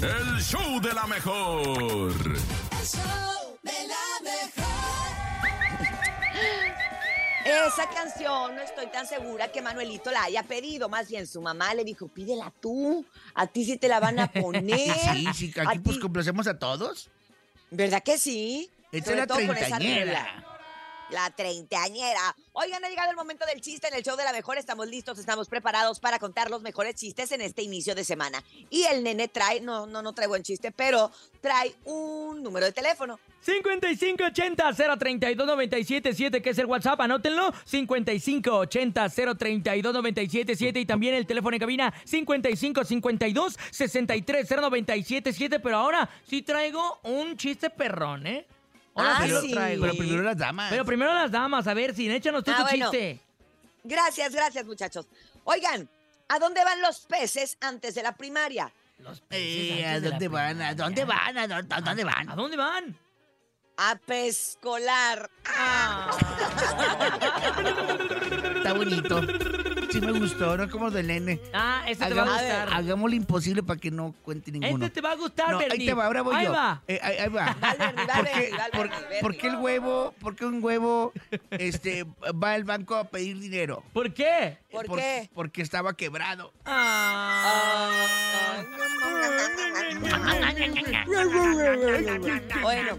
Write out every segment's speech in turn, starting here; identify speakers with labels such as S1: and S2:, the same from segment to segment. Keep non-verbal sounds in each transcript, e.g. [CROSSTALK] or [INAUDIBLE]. S1: El show de la mejor.
S2: Esa canción no estoy tan segura que Manuelito la haya pedido. Más bien, su mamá le dijo, pídela tú. A ti sí te la van
S3: [LAUGHS]
S2: a poner.
S3: Sí, sí,
S2: A ti-
S3: aquí pues complacemos a todos.
S2: ¿Verdad que sí?
S3: Esta
S2: Sobre
S3: es la
S2: todo con esa
S3: treintañera.
S2: regla. La treintañera. Oigan, ha llegado el momento del chiste en el show de la mejor. Estamos listos, estamos preparados para contar los mejores chistes en este inicio de semana. Y el nene trae, no, no, no trae buen chiste, pero trae un número de teléfono.
S4: 5580-032-977, que es el WhatsApp, anótenlo. 5580-032-977 y también el teléfono en cabina 5552-630977. Pero ahora sí traigo un chiste perrón, ¿eh? Ahora
S2: Ah,
S4: sí
S3: pero,
S4: lo traigo.
S3: pero primero las damas.
S4: Pero primero las damas, a ver, si échanos tú
S2: Ah,
S4: tu
S2: bueno.
S4: chiste.
S2: Gracias, gracias, muchachos. Oigan, ¿a dónde van los peces antes de la primaria?
S4: Los peces
S3: Eh, ¿A
S4: antes de la
S3: dónde van? ¿A
S4: primaria.
S3: dónde van? ¿A dónde, a dónde van?
S4: ¿A dónde van?
S2: A pescolar.
S3: Está bonito. Sí me gustó, no como del nene.
S4: Ah, este te va
S3: Hagamos,
S4: a gustar.
S3: hagamos lo imposible para que no cuente ninguno.
S4: Este te va a gustar,
S3: no, ahí
S4: Bernie.
S3: te va, ahora voy
S4: Ahí
S3: yo.
S4: va.
S3: Eh, ahí, ahí va.
S4: [LAUGHS]
S2: Dale, Bernie, dale,
S3: ¿Por qué,
S2: Bernie, dale,
S3: por-
S2: Bernie, Bernie.
S3: por qué el huevo, por qué un huevo este, va al banco a pedir dinero?
S4: ¿Por qué?
S2: ¿Por
S3: Por-
S2: qué?
S3: Porque estaba quebrado.
S4: Ah.
S2: Bueno.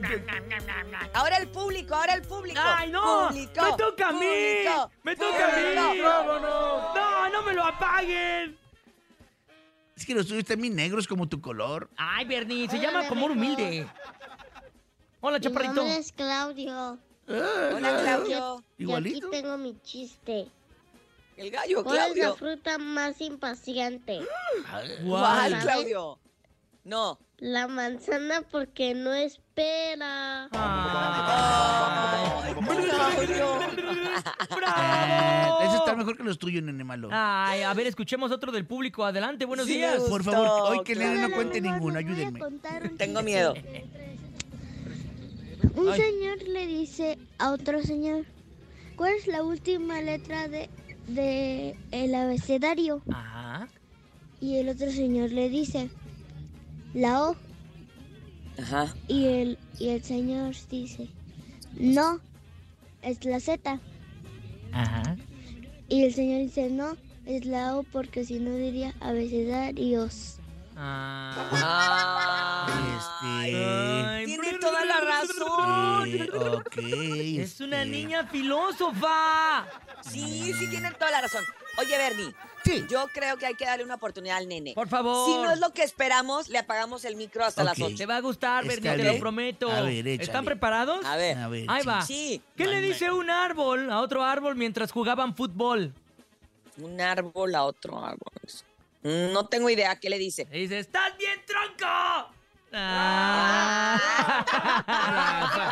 S2: Ahora el público, ahora el público.
S4: ¡Ay, no!
S2: Público,
S4: ¡Me toca a mí!
S2: público,
S4: ¡Me toca a mí!
S2: público.
S4: ¡Vámonos! ¡No, no me lo apaguen!
S3: Es que los tuyos están bien negros como tu color.
S4: Ay, Bernie, se
S5: Hola,
S4: llama como
S5: Bernie.
S4: humilde. Hola,
S5: Mi
S4: chaparrito.
S5: nombre es Claudio.
S2: Hola, Claudio.
S3: Igualito. Oh,
S5: Y aquí tengo mi chiste.
S2: El gallo,
S5: ¿Cuál es la
S2: Claudio.
S5: fruta más impaciente?
S2: ¿Cuál,
S5: ¿Saben?
S2: Claudio? No.
S5: La manzana porque no espera.
S4: Ay.
S2: Ay, Claudio.
S3: Ah, Eso está
S4: ¡Bravo!
S3: mejor que los tuyos, nene malo.
S4: Eh, Ay, a ver, escuchemos otro del público. Adelante, buenos días.
S2: Dios.
S3: Por favor,
S2: Justo,
S3: hoy que
S2: Claudio.
S3: nene no
S5: Hola,
S3: cuente
S5: amigos,
S3: ninguno,
S5: les voy a
S3: ayúdenme.
S5: contar un
S2: Tengo
S5: chiste.
S2: miedo.
S5: Un
S4: Ay.
S5: señor le dice a otro señor, ¿cuál es la última letra de, de el abecedario?
S4: Ajá.
S5: Y el otro señor le dice, la O.
S2: Ajá.
S5: Y el, y el señor dice, no, es la Z.
S4: Ajá.
S5: Y el señor dice, no, es la O porque si no diría abecedarios.
S4: Ah.
S3: Este.
S4: Ay,
S2: Tiene toda la razón.
S3: eh, ok.
S4: Es una
S3: este,
S4: niña filósofa.
S2: Sí, sí, tienen toda la razón. Oye, Bernie,
S3: Sí.
S2: yo creo que hay que darle una oportunidad al nene.
S4: Por favor.
S2: Si no es lo que esperamos, le apagamos el micro hasta
S3: Ok.
S2: las
S4: Te
S2: 8.
S4: va a gustar,
S3: Está
S4: Bernie, te
S3: bien.
S4: lo prometo.
S3: e- A ver, échale.
S4: ¿Están preparados?
S2: A ver.
S3: A ver.
S4: Ahí va.
S2: Sí,
S4: ¿Qué le dice un árbol a otro árbol mientras jugaban fútbol?
S2: un árbol a otro árbol. Mm, No tengo idea qué le dice.
S4: Le dice, ¡estás bien, tronco! Ah.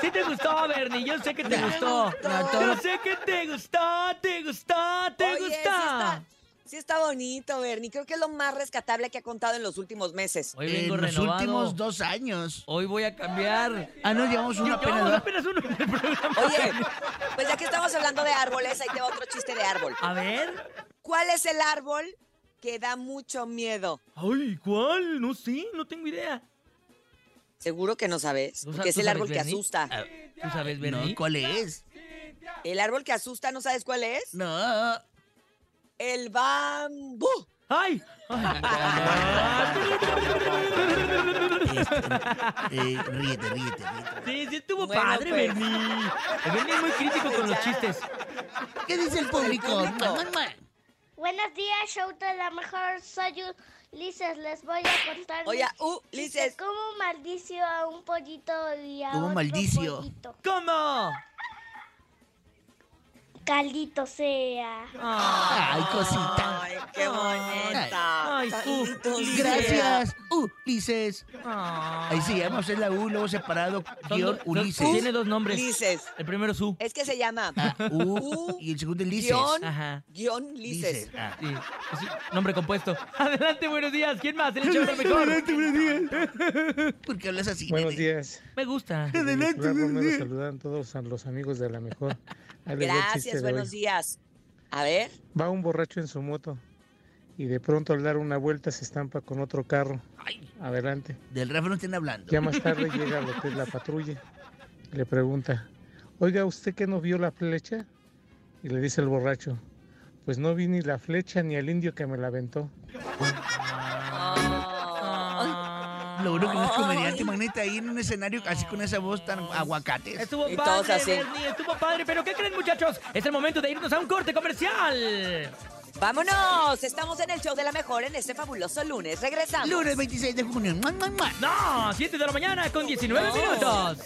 S4: Sí te gustó, Bernie, yo sé que te gustó.
S3: No,
S4: Yo
S3: todo-
S4: sé que te gustó, te gustó, te
S2: Oye, sí
S4: gusta.
S2: está, sí está bonito, Bernie. Creo que es lo más rescatable que ha contado en los últimos meses.
S4: Hoy
S3: en
S4: vengo
S3: los
S4: renovado.
S3: últimos dos años.
S4: Hoy voy a cambiar.
S3: Ah, no, llevamos una
S4: Yo,
S3: apenas. ¿verdad?
S4: apenas uno en el programa.
S2: Oye, pues ya que estamos hablando de árboles, ahí te va otro chiste de árbol.
S4: A ver.
S2: ¿Cuál es el árbol que da mucho miedo?
S4: Ay, ¿cuál? No sé, no tengo idea.
S2: Seguro que no sabes,
S4: ¿Tú sa-
S2: porque es
S4: tú
S2: el
S4: sabes,
S2: árbol que
S4: Bernie? Ah,
S2: asusta.
S4: ¿Tú sabes, Bernie?
S3: No, ¿cuál es?
S2: El árbol que asusta, ¿no sabes cuál es?
S3: No.
S2: El bambú.
S4: ¡Ay!
S3: Eh, ríete, ríete, ríete.
S4: Sí, sí estuvo
S2: Bueno,
S4: padre,
S2: pues.
S4: Bernie. El Bernie es muy crítico con los chistes.
S3: ¿Qué dice el público?
S5: Buenos días, show de la mejor. Soy Ulises, les voy a contar.
S2: Oye,
S5: mi
S2: uh,
S5: chiste.
S2: Ulises.
S5: ¿Cómo maldicio a un pollito y a
S3: ¿Cómo
S5: otro
S3: maldicio?
S5: pollito?
S4: ¿Cómo?
S5: Caldito sea.
S4: Ah,
S3: Ay, cosita.
S2: Ay, qué bonita.
S4: Ay, tú, Lidia.
S3: Gracias, Ulises.
S4: ah.
S3: Ahí sí, vamos es la U, luego separado,
S4: Son
S3: guión,
S4: do- dos-
S3: Ulises.
S4: Tiene dos nombres.
S2: Ulises.
S4: El primero es U.
S2: Es que se llama
S3: Ah, U,
S2: U,
S3: y el segundo Ulises.
S2: guión,
S4: Ajá.
S2: guión Lises.
S3: Ulises, ah.
S4: Sí, es un nombre compuesto. Adelante, buenos días. ¿Quién más? El hecho mejor.
S3: ¿Por qué hablas así?
S6: Buenos
S3: nene?
S6: días. Eh,
S4: Me
S3: [LAUGHS]
S4: gusta.
S6: En el
S3: Adelante,
S6: programa
S3: buenos
S6: los
S3: días.
S6: saludan todos a los amigos de la mejor. Ahí les va el chiste
S2: Gracias,
S6: de hoy.
S2: buenos días. A ver.
S6: Va un borracho en su moto y y de pronto al dar una vuelta se estampa con otro carro. Adelante.
S3: Del Rafa no estén hablando.
S6: Ya más tarde llega lo que es la patrulla. Le pregunta, oiga, ¿usted que no vio la flecha? Y le dice el borracho, pues no vi ni la flecha ni al indio que me la aventó.
S4: Ah.
S2: Oh.
S3: Lo bueno que no es comediante,
S2: Ay.
S3: imagínate ahí en un escenario así con esa voz tan aguacates.
S4: Estuvo
S2: Y todos
S4: padre,
S2: así.
S4: Bernie, estuvo padre. Pero ¿qué creen, muchachos? Es el momento de irnos a un corte comercial.
S2: Vámonos, estamos en el show de la mejor en este fabuloso lunes. Regresamos.
S3: Lunes 26 de junio. ¡Mua, mua, mua!
S4: No, 7 de la mañana con 19
S2: No.
S4: minutos.